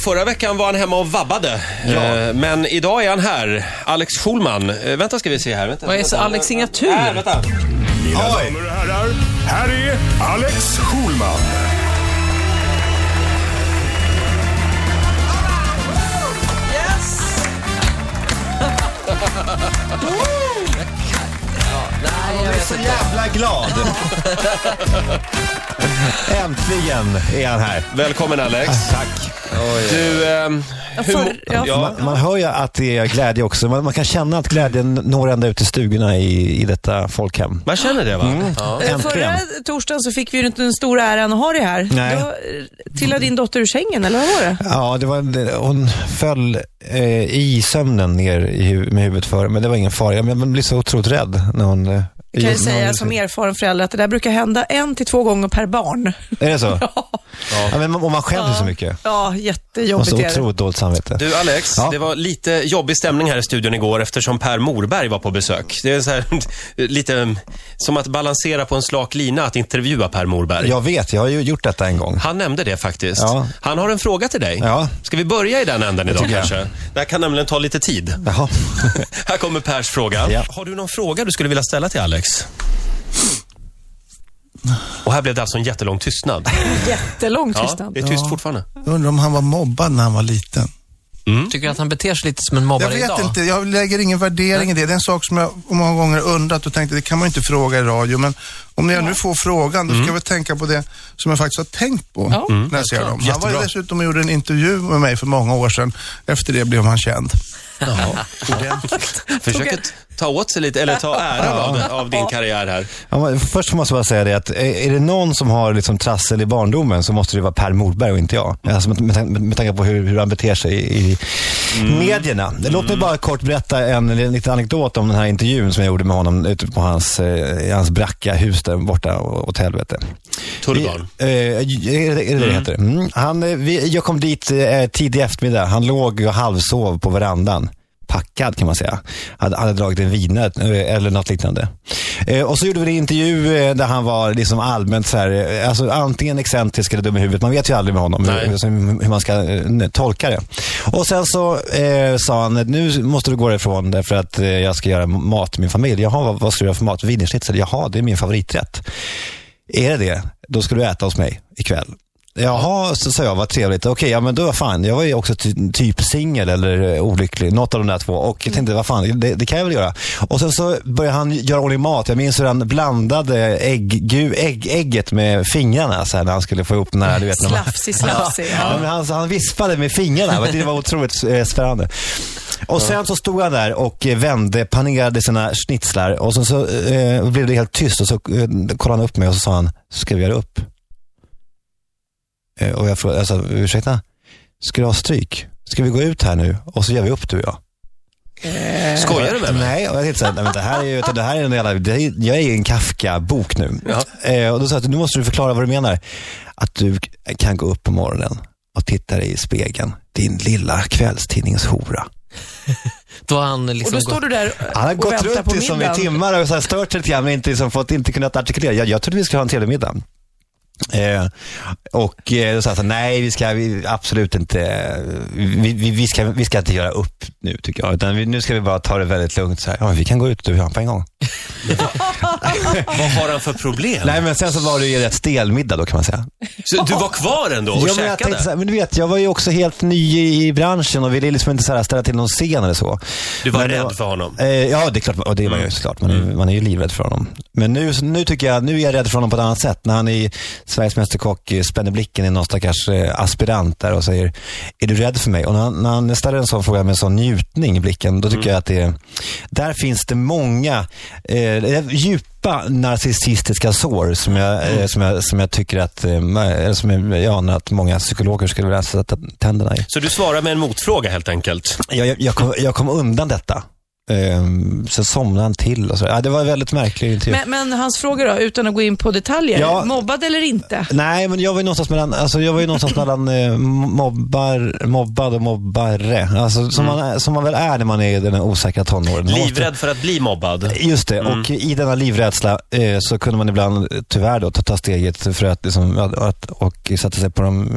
Förra veckan var han hemma och vabbade. Eh, Men idag är han här. Alex Schulman. Eh, Vänta ska vi se här. Vänta, Vad är vänta, så Alex signatur? Äh, Här, vänta. Mina damer och herrar, här är Alex Schulman. Jag är så jävla glad. Äntligen är han här. Välkommen Alex. Tack. Du, eh, hur, mo- För, ja, ja, Man, man hör ju att det är glädje också. Man, man kan känna att glädjen når ända ut i stugorna i, i detta folkhem. man känner det va? Mm. Ja. eh, Förra Äntligen. torsdagen så fick vi ju inte den stora äran att ha dig här. Nej. Då eh, trillade din dotter ur sängen, eller vad var det? Ja, det var, en- det- hon föll eh, i sömnen ner i, hu- med huvudet före, men det var ingen fara. Jag- men Man blir så otroligt rädd när hon... eh, Jag kan gjorde- ju när säga hon- som erfaren förälder att det där brukar hända en till två gånger per barn. Är det så? Ja, Ja, men man, och man skäms ju så mycket. ja Och jättejobbigt så är det. otroligt dåligt samvete. Du Alex, Ja. det var lite jobbig stämning här i studion igår eftersom Per Morberg var på besök. Det är så här, lite mm, som att balansera på en slak lina att intervjua Per Morberg. Jag vet, jag har ju gjort detta en gång. Han nämnde det faktiskt. Ja. Han har en fråga till dig. Ja. Ska vi börja i den änden idag tycker jag. kanske? Det här kan nämligen ta lite tid. Jaha. Här kommer Pers fråga. Ja. Har du någon fråga du skulle vilja ställa till Alex? Och här blev det alltså en jättelång tystnad. Jättelång Ja, tystnad. det är tyst fortfarande. Jag undrar om han var mobbad när han var liten. Tycker att han beter sig lite som en mobbare Jag vet idag? inte, jag lägger ingen värdering i det. Det är en sak som jag många gånger undrat och tänkte, det kan man ju inte fråga i radio. Men om jag nu får frågan, då ska jag väl tänka på det som jag faktiskt har tänkt på Ja. när jag ser dem. Han var ju Jättebra. dessutom och gjorde en intervju med mig för många år sedan. Efter det blev han känd. ordentligt. Försök att ta åt sig lite, eller ta äran av, av din karriär här. Ja, men först måste jag bara säga det att eh, är det någon som har liksom trassel i barndomen så måste det vara Per Morberg och inte jag. Alltså med, med, tan- med tanke på hur, hur han beter sig i, i medierna. Låt mig bara kort berätta en, en liten anekdot om den här intervjun som jag gjorde med honom ute på hans, eh, i hans bracka hus där borta å- åt helvete. Turban. Eh, är det är det det det heter? Mm. Han, eh, vi, jag kom dit eh, tidig eftermiddag. Han låg och halvsov på verandan. Packad kan man säga. Han hade dragit en vinöt eh, eller något liknande. Eh, och så gjorde vi en intervju eh, där han var liksom allmänt så här, eh, alltså antingen excentrisk eller dum i huvudet. Man vet ju aldrig med honom Nej. hur, alltså hur man ska eh, tolka det. Och sen så eh, sa han, nu måste du gå därifrån därför att eh, jag ska göra mat till min familj. Jaha, vad, vad ska du göra för mat? Wienerschnitzel? Jaha, det är min favoriträtt. Är det det? Då ska du äta hos mig ikväll. Jaha, så sa jag, vad trevligt. Okej, ja men då vad fan, jag var ju också ty- typ singel eller eh, olycklig, något av de där två. Och jag tänkte, vad fan, det, det kan jag väl göra. Och sen så började han göra ordning mat. Jag minns hur han blandade ägg, gu, ägg, ägget med fingrarna så här, när han skulle få ihop den här, du vet. När man, Slafsig, slafsig. Ja, men han, han vispade med fingrarna. Det var otroligt eh, spännande. Och sen så stod han där och eh, vände, panerade sina schnitzlar och sen så eh, blev det helt tyst och så eh, kollade han upp mig och så sa han, ska vi göra upp? Eh, och jag frågade, alltså, ursäkta, ska du ha stryk? Ska vi gå ut här nu och så gör vi upp du och jag? eh, Skojar du med mig? Nej, och jag tänkte såhär, nej, men det här är ju, utan det här är en jävla, det är, jag är i en Kafka-bok nu. Eh, och då sa jag att nu måste du förklara vad du menar. Att du k- kan gå upp på morgonen och titta dig i spegeln. Din lilla kvällstidningshora. Då har han Och liksom då står gått... du där Han har och gått väntar runt på liksom i middagen. timmar och så här stört sig lite grann men inte, liksom fått, inte kunnat artikulera. Jag, jag trodde vi skulle ha en trevlig middag. Eh, och eh, då sa jag så här, nej vi ska vi, absolut inte, eh, vi, vi, vi, ska, vi ska inte göra upp nu tycker jag. Utan vi, nu ska vi bara ta det väldigt lugnt. Så här, ja, men vi kan gå ut du och jag på en gång. Vad har han för problem? Nej men sen så var det ju en rätt stel middag då kan man säga. Så du var kvar ändå och ja, men, jag käkade? tänkte så här, men du vet, jag var ju också helt ny i, i branschen och ville liksom inte så här ställa till någon scen eller så. Du var Men det rädd för honom? Mm. Eh, ja, det är klart. Och det var jag ju såklart. Man är, man är ju livrädd för honom. Men nu, nu tycker jag, nu är jag rädd för honom på ett annat sätt. När han i Sveriges Mästerkock eh, spänner blicken i någon stackars eh, aspirant där och säger, är du rädd för mig? Och när han, när han ställer en sån fråga med en sån njutning i blicken, då tycker Mm. jag att det är, där finns det många eh, djupa narcissistiska sår som jag, Mm. eh, som jag, som jag tycker att, eh, eller som jag, jag anar att många psykologer skulle vilja sätta tänderna i. Så du svarar med en motfråga helt enkelt? Jag, jag, jag, kom, jag kom undan detta. Ehm, sen somnade han till och så. Ja, det var en väldigt märklig intervju. Men, men hans frågor då, utan att gå in på detaljer. Ja. Mobbad eller inte? Nej, men jag var ju någonstans mellan, alltså jag var ju någonstans mellan eh, mobbar, mobbad och mobbare. Alltså, som, man, är- som man väl är när man är i den här osäkra tonåren. Man måste- Livrädd för att bli mobbad. Just det, och i denna livrädsla eh, så kunde man ibland eh, tyvärr då ta, ta steget för att, liksom, att, att och sätta sig på de,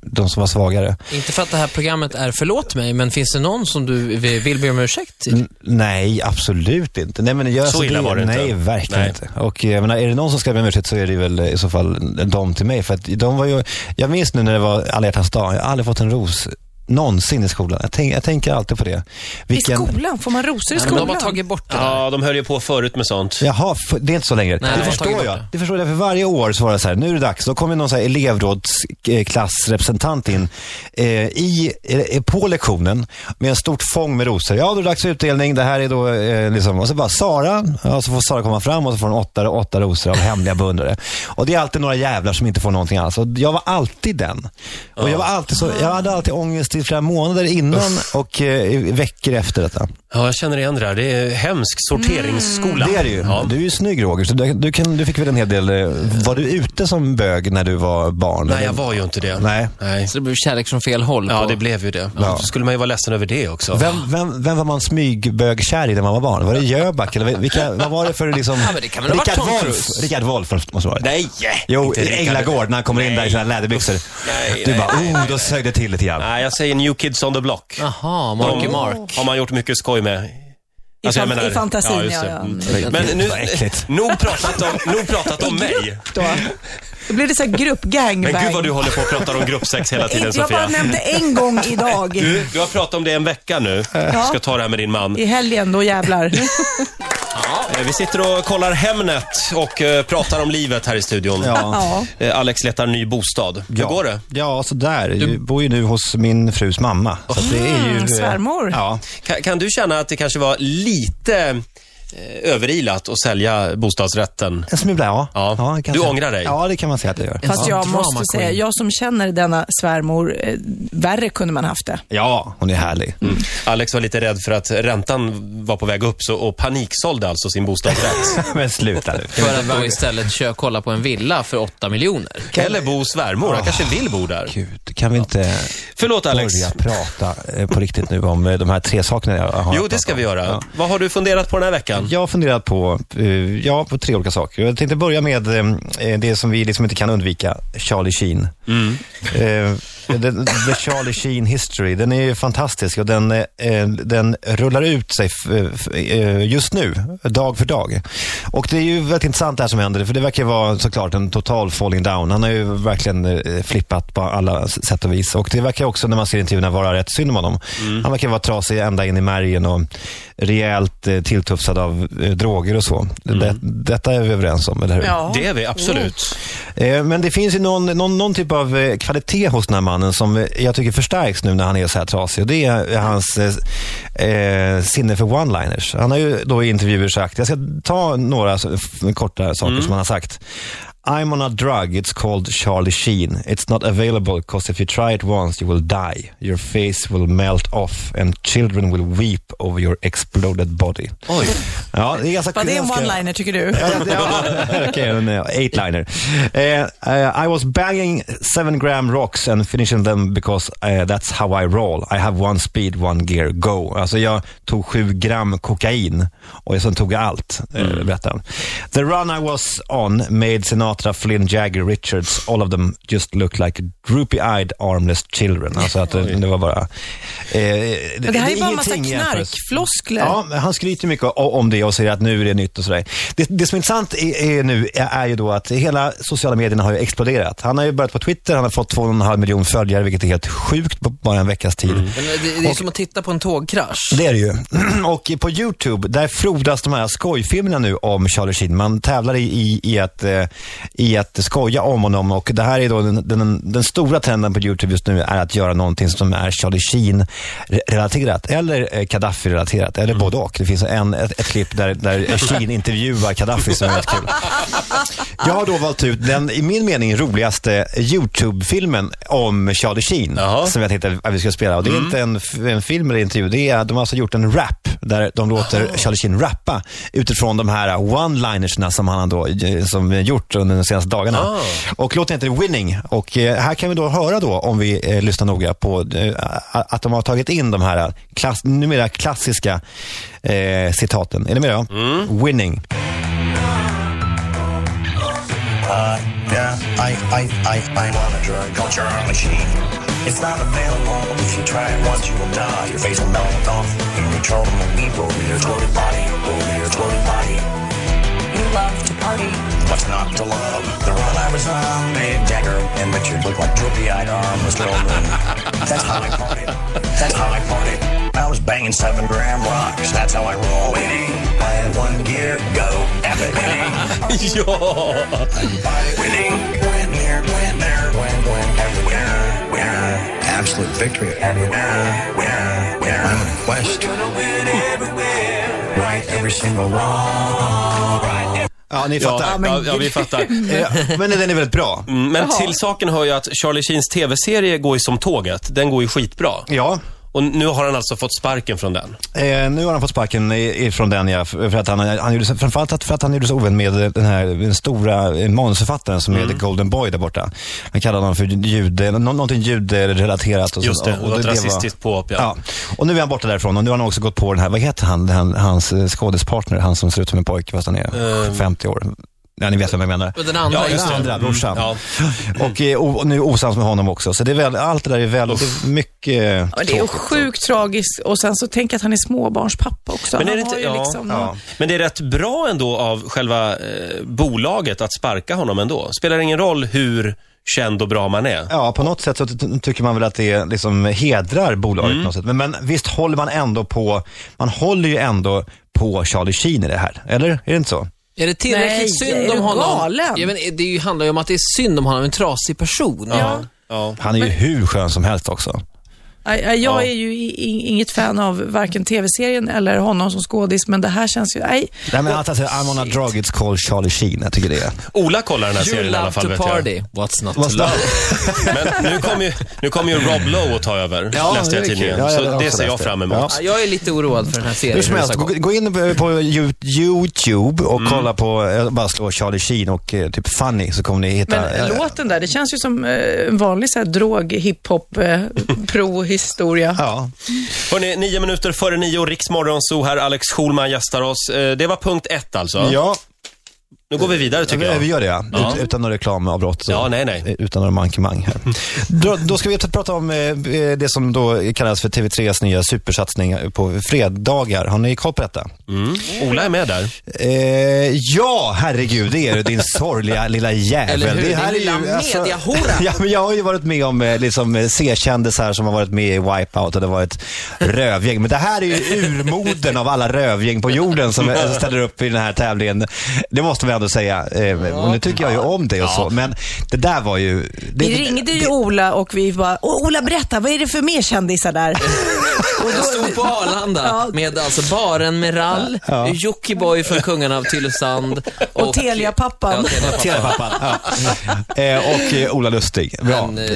de som var svagare. Inte för att det här programmet är förlåt mig, men finns det någon som du vill be om ursäkt till? N- nej, absolut inte. Nej, men jag, Typ. Så illa var det nej, inte. Nej, verkligen Nej. inte. Och eh, jag menar, är det någon som ska be om ursäkt så är det väl eh, i så fall de till mig. För att de var ju, jag minns nu när det var alla hjärtans dag, jag har aldrig fått en ros någonsin i skolan. Jag, tänk, jag tänker alltid på det. I skolan? Får man rosor i Nej, men skolan? de har tagit bort det. där. Ja, de höll ju på förut med sånt. Jaha, f- det är inte så längre. Nej, det nej. förstår tagit jag. bort det. Det förstår jag. För varje år så var det så här, nu är det dags. Då kommer någon så här elevrådsklassrepresentant in eh, i, eh, på lektionen med en stort fång med rosor. Ja, då är det dags för utdelning. Det här är då eh, liksom, och så bara Sara, ja, så får Sara komma fram och så får hon åtta, åtta rosor av hemliga beundrare. Och det är alltid några jävlar som inte får någonting alls. Och jag var alltid den. Och jag var alltid så, jag hade alltid ångest i flera månader innan och eh, i veckor efter detta. Ja, jag känner igen det där. Det är hemsk sorteringsskola. Mm. Det är det ju. Ja. Du är ju snygg Roger, så du, du, kan, du fick väl en hel del... eh, Var du ute som bög när du var barn? Nej, Eller- jag var ju inte det. Nej. Nej. Så det blev kärlek från fel håll. Ja, på- det blev ju det. Då skulle man ju vara ledsen över det också. Vem, vem, vem var man smygbögkär i när man var barn? Var det Jöback? Eller vilka, vad var det för liksom... Ja, men det kan väl ha varit Richard Tom Wolff. Cruise. Richard Wolff måste det vara. Nej! Jo, inte Rickard. Änglagård när han kommer in där i sina läderbyxor. nej, du nej, bara, oh, då sög det till lite grann. Nej, jag säger New Kids on the Block. Jaha, Marky De Mark. har man gjort mycket skoj med. Alltså, Alltså, fan- Ah, i fantasin, just det. ja, ja. Mm. Men nu, Vad äckligt. nog pratat om, nog pratat om mig. Då, då blir det så här grupp gangbang. Men gud vad du håller på och pratar om gruppsex hela tiden, Inte- Jag bara Sofia. nämnde en gång idag. Du, du har pratat om det en vecka nu. Du ska ta det här med din man. I helgen, då jävlar. Eh, Vi sitter och kollar Hemnet och eh, pratar om livet här i studion. Ja. Eh, Alex letar ny bostad. Hur går det? Ja, sådär. Du bor ju nu hos min frus mamma. Så att det är ju... eh, svärmor. Ja. Kan, kan du känna att det kanske var lite eh, överilat att sälja bostadsrätten? En smula, ja. Ja. det kan Du jag säga. ångrar dig? Ja, det kan man säga att jag gör. Fast Ja, jag drama måste queen. säga, jag som känner denna svärmor, eh, värre kunde man haft det. Ja, hon är härlig. Mm. Alex var lite rädd för att räntan var på väg upp så, och paniksålde alltså sin bostadsrätt. Men sluta nu. För att då istället kö- kolla på en villa för 8 miljoner. Eller bo svärmor, han kanske vill bo där. Gud, kan vi inte Förlåt Alex. börja prata eh, på riktigt nu om eh, de här tre sakerna jag har Jo, det pratat ska om? vi göra. Ja. Vad har du funderat på den här veckan? Jag har funderat på, eh, ja, på tre olika saker. Jag tänkte börja med eh, det som vi liksom inte kan undvika, Charlie Sheen. Mm. Eh, the, the Charlie Sheen history, den är ju fantastisk och den, eh, den rullar ut sig f- f- eh, just nu, dag för dag. Och det är ju väldigt intressant det här som händer, för det verkar ju vara såklart en total falling down. Han har ju verkligen eh, flippat på alla s- sätt och vis. Och det verkar också, när man ser intervjuerna, vara rätt synd om honom. Han verkar vara trasig ända in i märgen och rejält eh, tilltufsad av eh, droger och så. Det, detta är vi överens om, eller hur? Det är vi, absolut. Eh, Men det finns ju någon, någon, någon typ av eh, kvalitet hos den här mannen som eh, jag tycker förstärks nu när han är så här trasig. Och det är eh, hans eh, eh, sinne för one-liners. Han har ju då i intervjuer sagt, jag ska ta några så- f- korta saker Mm. som han har sagt. I'm on a drug, it's called Charlie Sheen. It's not available because if you try it once you will die. Your face will melt off and children will weep over your exploded body. Oj. Ja, det är ganska Var det en ganska- one-liner tycker du? Ja, ja, ja. Okej, en eh, eight-liner. Eh, eh, I was banging seven gram rocks and finishing them because eh, that's how I roll. I have one speed, one gear, go. Alltså jag tog sju gram kokain och jag sen tog jag allt, eh, berättar han. The run I was on made Sinatra, Flynn Jagger, Richards, all of them just look like droopy-eyed armless children. Alltså att det, det var bara... eh, Men det här är ju bara en massa ingenting i jämförelse. knarkfloskler. Ja, men han skryter mycket o- om det och säger att nu är det nytt och sådär. Det, det som är intressant är, är nu är, är ju då att hela sociala medierna har ju exploderat. Han har ju börjat på Twitter, han har fått 2,5 miljoner följare, vilket är helt sjukt på bara en veckas tid. Men det, det är som att titta på en tågkrasch. Det är det ju. Och på YouTube, där frodas de här skojfilmerna nu om Charlie Sheen. Man tävlar i, i, i, att, eh, i att skoja om honom och det här är då den, den, den stora trenden på YouTube just nu är att göra någonting som är Charlie Sheen-relaterat eller eh, Gaddafi-relaterat, eller både och. Det finns en, ett, ett klipp där, där Sheen intervjuar Gaddafi som är rätt kul. Jag har då valt ut den, i min mening, roligaste YouTube-filmen om Charlie Sheen. Jaha. Som jag tänkte att vi ska spela. Och det är inte en, f- en film eller intervju. Det är, de har alltså gjort en rap där de låter Charlie Sheen rappa utifrån de här one-linerserna som han då eh, som vi gjort under de senaste dagarna. Och låten heter Winning. Och eh, här kan vi då höra då, om vi eh, lyssnar noga, på eh, att de har tagit in de här klass, numera klassiska eh, citaten. Är ni med då? Winning. Uh, Yeah, I, I, I, I'm on a drug culture machine. It's not available. If you try it once, you will die. Your face will melt off. Incontrollable heat over your total body, over your total body. You love to party. What's not to love? The run I was on, a dagger in which you look like droopy-eyed armless children. That's how I party. That's how I party. I was banging seven gram rocks. That's how I roll. Winning. I had one gear. Go. F it. Winning. Ja! Winning. Winner, winner, win, win, and winner, winner. Absolute victory. And winner, winner, winner. I'm on a quest. Gonna win everywhere. Right every single wrong. Right every Ja, ni fattar. Ja, ja, ja, vi fattar. Ja, men den är väldigt bra. Mm, Men till saken hör ju att Charlie Sheens tv-serie går ju som tåget. Den går ju skitbra. Ja, Och nu har han alltså fått sparken från den. eh, nu har han fått sparken i- ifrån den, ja, f- för att han, han gjorde, så- framförallt att- för att han gjorde sig ovän med den här den stora eh, manusförfattaren som är The Golden Boy där borta. Han kallade honom för jude, nå- någonting juderelaterat. Och så- Just det, och och ett rasistiskt påhopp. Ja. Ja. Och nu är han borta därifrån och nu har han också gått på den här, vad heter han, han hans eh, skådispartner, han som ser ut som en pojke fast han är 50 år. Ja, ni vet vem jag menar. Och den andra, Ja, just just det. Mm. det. andra, brorsan. Ja. Och, eh, o- och nu är osams med honom också. Så det är väl, allt det där är väl, det är mycket eh, Ja, det är ju tråkigt. sjukt tragiskt och sen så tänk att han är småbarnspappa också. Men är det han inte- har ju ja, liksom, ja. Men det är rätt bra ändå av själva eh, bolaget att sparka honom ändå. Spelar ingen roll hur känd och bra man är. Ja, på något sätt så ty- tycker man väl att det liksom hedrar bolaget på något sätt. Men, men visst håller man ändå på, man håller ju ändå på Charlie Sheen i det här, eller? Är det inte så? Är det tillräckligt Nej, synd är om du honom? galen? Ja, men det är ju, handlar ju om att det är synd om honom, en trasig person. Ja. Ja. Han är ju hur skön som helst också. Nej, nej, Jag Ja. är ju i- i- inget fan av varken tv-serien eller honom som skådis, men det här känns ju... Nej, Nej men alltså, att säger I'm on a drug, it's called Charlie Sheen. Jag tycker det är... Ola kollar den här You serien i alla love fall. to Vet jag. party, what's not to Vad love. Men nu kommer ju, nu kommer ju Rob Lowe att ta över, Ja, läste jag i det är tidningen. kul. Ja, jag har Så också det ser jag läst det. fram emot. Ja, jag är lite oroad för den här serien. Hur som hur det helst, ska gå, gå. gå in på Yout- YouTube och kolla på, eh, bara slå Charlie Sheen och eh, typ Funny så kommer ni hitta... men eh, låten där, det känns ju som eh, en vanlig så här, drog, hiphop, eh, pro-historia. Ja, Hörrni, nio minuter före nio, Riksmorgon, så här Alex Schulman gästar oss. Eh, Det var punkt ett alltså. ja Nu går vi vidare tycker vi, vi jag. gör det ja. Ut, utan några reklamavbrott. Ja, nej, nej. Eh, Utan några mankemang här. Då, då ska vi ta- prata om eh, eh, det som då kallas för TV3s nya supersatsning på fredagar. Har ni koll på detta? Mm. Ola är med där. Eh, ja, herregud, det är du, din sorgliga lilla jävel. Eller hur? Det här Din är alltså- lilla mediahora. ja, men jag har ju varit med om eh, liksom, eh, C-kändisar som har varit med i Wipeout och det har varit rövgäng. Men det här är ju urmoden av alla rövgäng på jorden som eh, ställer upp i den här tävlingen. Det måste man ändå säga. Eh, och nu tycker jag ju om det och så. Men det där var ju... Det, Vi ringde ju Ola och vi bara, "Åh, Ola berätta, vad är det för mer kändisar där? Jag stod på Arlanda Ja. med alltså Baren Merall, Jockiboi från Kungarna av Tylösand Och Telia-pappan. Ja, Telia-pappan. Telepappan. Ja. Eh, och eh, Ola Lustig. Bra. Men, eh,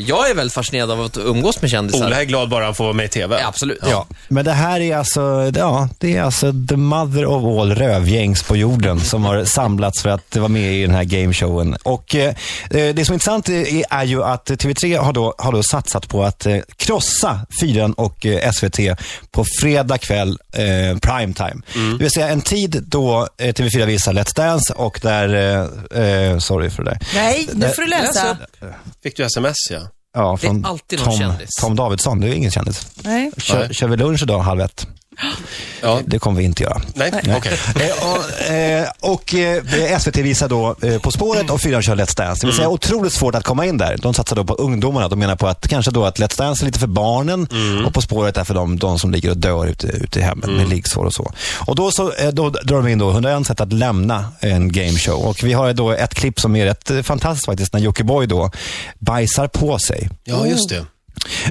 jag är väldigt fascinerad av att umgås med kändisar. Ola är glad bara han får vara med i TV. Ja, absolut. Ja, men det här är alltså, ja, det är alltså the mother of all rövgängs på jorden som har samlats för att vara med i den här gameshowen. Och eh, eh, det som är intressant är, är ju att TV3 har då, har då satsat på att eh, krossa Fyran och eh, SVT på fredag kväll, eh, primetime. Det vill säga en tid då eh, TV4 visar Let's Dance och där, eh, eh, sorry för det där. Nej, nu får du läsa. Alltså, Fick du sms ja. Ja, Det är från alltid någon Tom, kändis. Tom Davidsson, det är ingen kändis. Nej. Kör, Nej. kör vi lunch idag halv ett? ja. Det kommer vi inte göra. Nej, okej. Eh, och, eh, och eh, SVT visar då eh, På spåret och Fyran kör Let's Dance. Det vill säga otroligt svårt att komma in där. De satsar då på ungdomarna. De menar på att kanske då att Let's Dance är lite för barnen och På spåret är för de, de som ligger och dör ute, ute i hemmen med liggsår och så. Och då, så, eh, då drar de in då 101 sätt att lämna en gameshow. Och vi har då ett klipp som är rätt eh, fantastiskt faktiskt när Jockiboi då bajsar på sig. Oh. Ja, just det.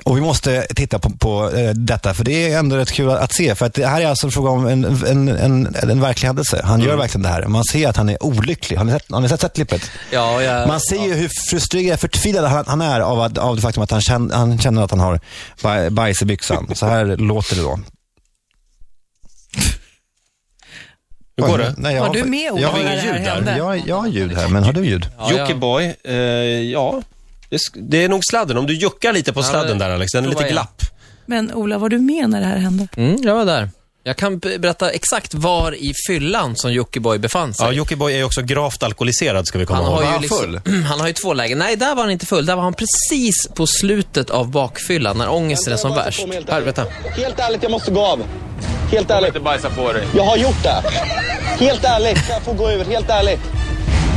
Och vi måste titta på, på eh, detta, för det är ändå rätt kul att se. För att det här är alltså en fråga om en, en, en, en verklig händelse. Han gör verkligen det här. Man ser att han är olycklig. Har ni sett, har ni sett, sett klippet? Ja, jag- Man ser ju hur frustrerad, förtvivlad han, han är av, att, av det faktum att han känner, han känner att han har baj- bajs i byxan. Så här låter det då. Hur går det? Nej, jag Var du med, Ola, jag, när har det inget här ljud där. hände? Jag, jag har ljud här, men har du ljud? Ja, jag- Jockiboi, eh, ja. Det, sk- det är nog sladden. Om du juckar lite på Ja, sladden det- där Alex, den är prova lite igen. glapp. Men Ola, var du med när det här hände? Mm, jag var där. Jag kan be- berätta exakt var i fyllan som Jockiboi befann sig. Ja, Jockiboi är ju också gravt alkoholiserad ska vi komma Han ihåg. har, Var ju han liksom, han har ju två lägen. Nej, där var han inte full. Där var han precis på slutet av bakfyllan, när ångesten är som värst. Här, vänta. Helt ärligt, jag måste gå av. Helt ärligt. inte bajsa på dig. Jag har gjort det. Helt ärligt, kan jag få gå ur? Helt ärligt.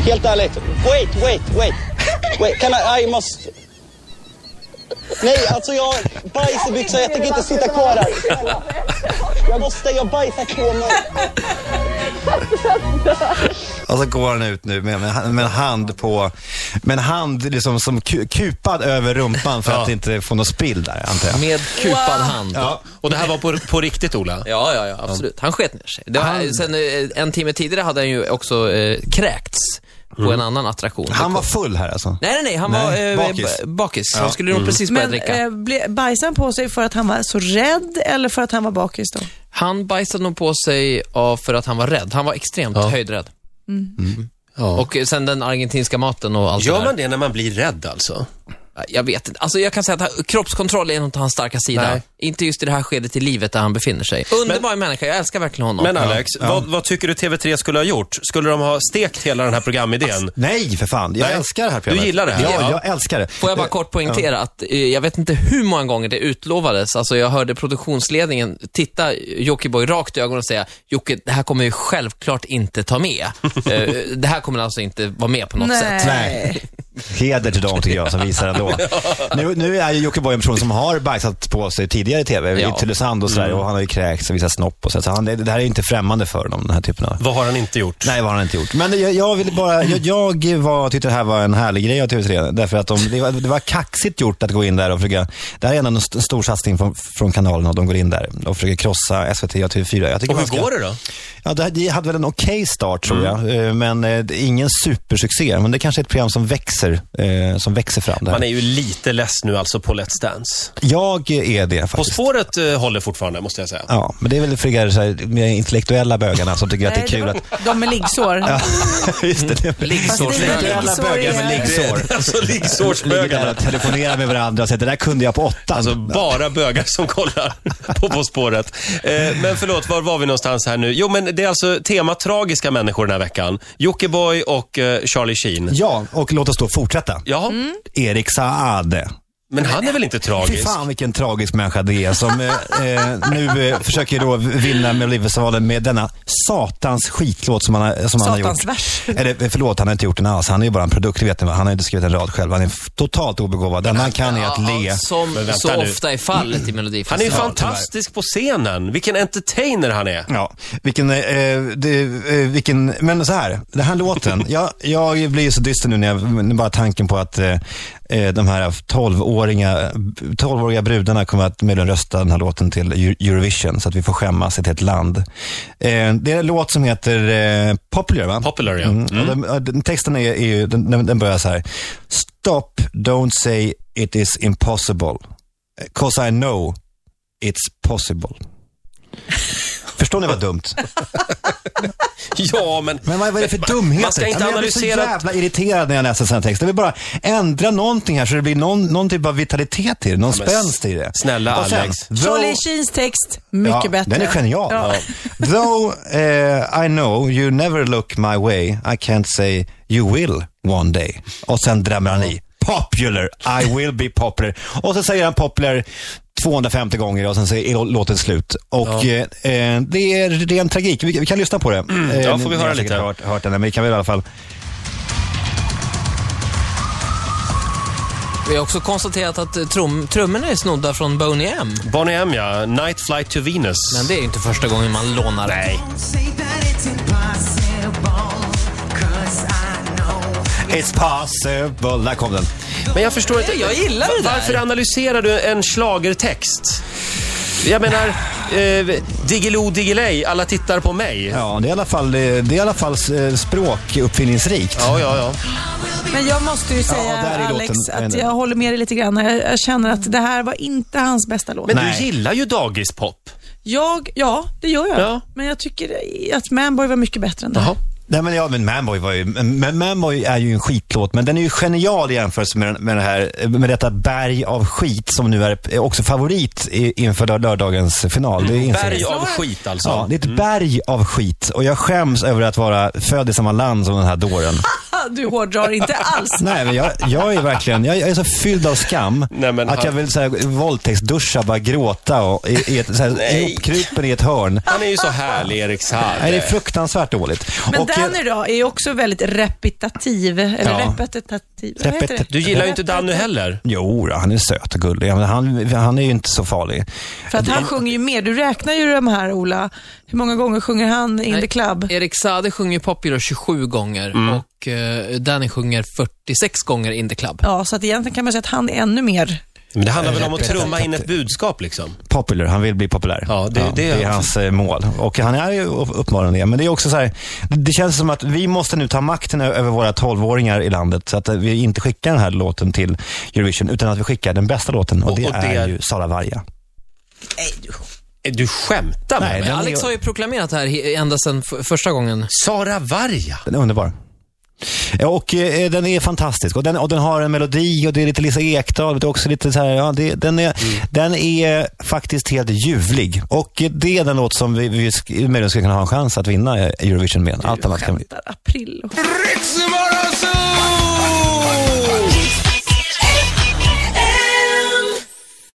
Helt ärligt. Wait, wait, wait. Wait, can I, I must... Nej, alltså jag... Bajs i byxan, jag tänker inte sitta kvar här. Jag måste, jag bajsar på mig. Och så går han ut nu med, med, med en hand på, med en hand liksom som ku, kupad över rumpan för att inte få något spill där, antar jag. Med kupad hand. Ja. Och det här var på, på riktigt Ola? Ja, ja, absolut. Han sket ner sig. Det var, sen, eh, en timme tidigare hade han ju också eh, kräkts på en annan attraktion. Han var full här alltså. Nej, nej, nej. Han Nej, var eh, bakis. bakis. bakis. Han skulle nog precis börja Men dricka. eh, ble- bajsade han på sig för att han var så rädd eller för att han var bakis då? Han bajsade nog på sig av för att han var rädd. Han var extremt höjdrädd. Mm. Och eh, sen den argentinska maten och allt Gör det där. man det när man blir rädd alltså? Jag vet inte. Alltså jag kan säga att han, kroppskontroll är nog inte hans starka sida. Nej. Inte just i det här skedet i livet där han befinner sig. Underbar människa, jag älskar verkligen honom. Men Alex, Vad, vad tycker du TV3 skulle ha gjort? Skulle de ha stekt hela den här programidén? Nej, för fan. Jag Nej. älskar det här programmet. Du gillar det här? Ja, Ja. jag älskar det. Får jag Eh, bara kort poängtera att eh, jag vet inte hur många gånger det utlovades. Alltså jag hörde produktionsledningen titta Jockiboi rakt i ögonen och säga Jocke, det här kommer vi självklart inte ta med. Eh, det här kommer alltså inte vara med på något sätt. Nej. Heder till dem tycker jag som visar ändå. Nu, nu är ju Jockiboi en person som har bajsat på sig tidigare i TV, Ja. i Tylösand och sådär. Mm. Och han har ju kräkts och visat snopp och så. så han, det, det här är ju inte främmande för honom, den här typen av Vad har han inte gjort? Nej, vad har han inte gjort. Men jag, jag ville bara, jag, jag var, tyckte det här var en härlig grej av TV3. Därför att de, det, var, det var kaxigt gjort att gå in där och försöka, det här är ändå en st- stor satsning från, från kanalen och de går in där och försöker krossa SVT och TV4. Jag tycker Och hur man ska- går det då? Ja, det, här- det hade väl en okej start tror Mm. jag, eh, men eh, det är ingen supersuccé. Men det kanske är ett program som växer, eh, som växer fram. Där. Man är ju lite less nu alltså på Let's Dance. Jag är det På faktiskt. spåret eh, håller fortfarande, måste jag säga. Ja, men det är väl för er så här, mer intellektuella bögarna som tycker att det är Nej, kul var- att... De med liggsår. Just det, det, Mm. Fast dina Intellektuella liggsår bögar är- med liggsår. Alltså ligger där liggsårsbögarna. och telefonerar med varandra och säger det där kunde jag på åtta. Alltså bara bögar som kollar på På spåret. Eh, men förlåt, var var vi någonstans här nu? Jo, men det är alltså tema tragiska människor den här veckan. Jockiboi och eh, Charlie Sheen. ja, och låt oss då fortsätta. Ja, Erik Saade. men han är väl inte Fy tragisk? fan vilken tragisk människa det är som eh, eh, nu eh, försöker då vinna Melodifestivalen med denna satans skitlåt som han, har- som han har gjort. Satans vers. Eller eh, förlåt, han har inte gjort den alls. Han är ju bara en produkt, vet ni vad? Han har inte skrivit en rad själv. Han är f- totalt obegåvad. Det enda han kan är att le. Ja, som Men vänta så nu. Mm. ofta är fallet i Han är ju Melodifestivalen. fantastisk på scenen. Vilken entertainer han är. Ja, vilken, eh, det, eh, vilken, men så här, den här låten. jag, jag blir ju så dyster nu när jag, bara tanken på att eh, eh, de här 12-åringa, 12-åriga brudarna kommer att möjligen rösta den här låten till Eu- Eurovision, så att vi får skämmas i ett helt land. Eh, det är en låt som heter eh, Popular, va? Popular, ja. Mm. Och Den, och den, texten är, är ju, den, den- den börjar så här. Stop, don't say it is impossible. Cause I know it's possible. Förstår ni vad dumt? Ja, men... Men vad, vad är det för dumheter? Man ska inte Ja, men Jag analysera... blir så jävla irriterad när jag läser sådana här texter. Jag vill bara ändra någonting här så det blir någon, någon typ av vitalitet i det, någon spänst i det. snälla Och sen, Alex. though- Charlie Sheens text, mycket Ja, bättre. Den är genial. Ja. Though eh, I know you never look my way, I can't say you will one day. Och sen drämmer han i. Popular, I will be popular. Och så säger han popular 250 gånger och sen säger är låten slut. Och eh, eh, det är ren tragik. Vi, vi kan lyssna på det. Mm, ja, får vi höra lite. Hört, hört den, men vi kan väl i alla fall. Vi har också konstaterat att eh, trum, trummorna är snodda från Boney M. Bonnie M, ja. Night Flight to Venus. Men det är ju inte första gången man lånar. Nej. It's possible. Där kom den. Men jag förstår inte. Jag gillar det där. Varför analyserar du en schlagertext? Jag menar, eh, Diggiloo Diggiley, alla tittar på mig. Ja, Ja, det är i alla fall, det är i alla fall eh, språkuppfinningsrikt. ja, ja. Men jag måste ju säga, där är Alex, låten. att jag håller med dig lite grann. Jag, jag känner att det här var inte hans bästa låt. Men Nej. du gillar ju dagispop. Jag, ja, det gör jag. Ja. Men jag tycker att Manboy var mycket bättre än det här. Jaha. Nej, men, ja, men Manboy var ju, men Manboy är ju en skitlåt, men den är ju genial i jämförelse med, den- med, det här, med detta berg av skit som nu är är också favorit i- inför lör- lördagens final. Det inser Mm. Berg jag. av skit alltså. Ja, det är ett berg av skit och jag skäms över att vara född i samma land som den här dåren. Ah, Du hårdrar inte alls. Nej, men jag, jag är verkligen, jag, jag är så fylld av skam Nej, men att han- jag vill så här, våldtäktsduscha, bara gråta och i, i ett, så här, Nej. ihopkrupen i ett hörn. Han är ju så härlig, Erik Saade. Nej, det är fruktansvärt dåligt. Men Och, eh, Danny då är ju också väldigt repetitiv. Eller Ja. repetitiv. Vad heter det? Repet- Du gillar ju inte Danny heller. Jo, då, han är söt och gullig. Ja, men han, han är ju inte så farlig. För att han sjunger ju mer. Du räknar ju de här, Ola. Hur många gånger sjunger han in the club? Erik Saade sjunger Popular 27 gånger Mm. och eh, Danny sjunger 46 gånger In the Club. Ja, så att egentligen kan man säga att han är ännu mer. Men det handlar väl om att trumma in ett budskap liksom. Popular, han vill bli populär. Ja, det- det är är han. hans eh, mål. Och han är ju upp- uppenbarligen det. Men det är också så här, det- det känns som att vi måste nu ta makten ö- över våra 12-åringar i landet. Så att eh, vi inte skickar den här låten till Eurovision, utan att vi skickar den bästa låten. Och, Och- det, och det är är- ju Sara Varga. Du skämtar med Nej, mig? den Alex är- har ju proklamerat det här he- ända sedan f- första gången. Sara Varga? Den är underbar. Ja, Och eh, den är fantastisk och den, och den har en melodi och det är lite Lisa Ekdahl. Det är också lite så här, ja, det, den, är, den är faktiskt helt ljuvlig. Och eh, det är den låt som vi, vi sk- möjligen skulle kunna ha en chans att vinna eh, Eurovision med. Allt annat kan vi... Där, April. Ritzmorgonzoo!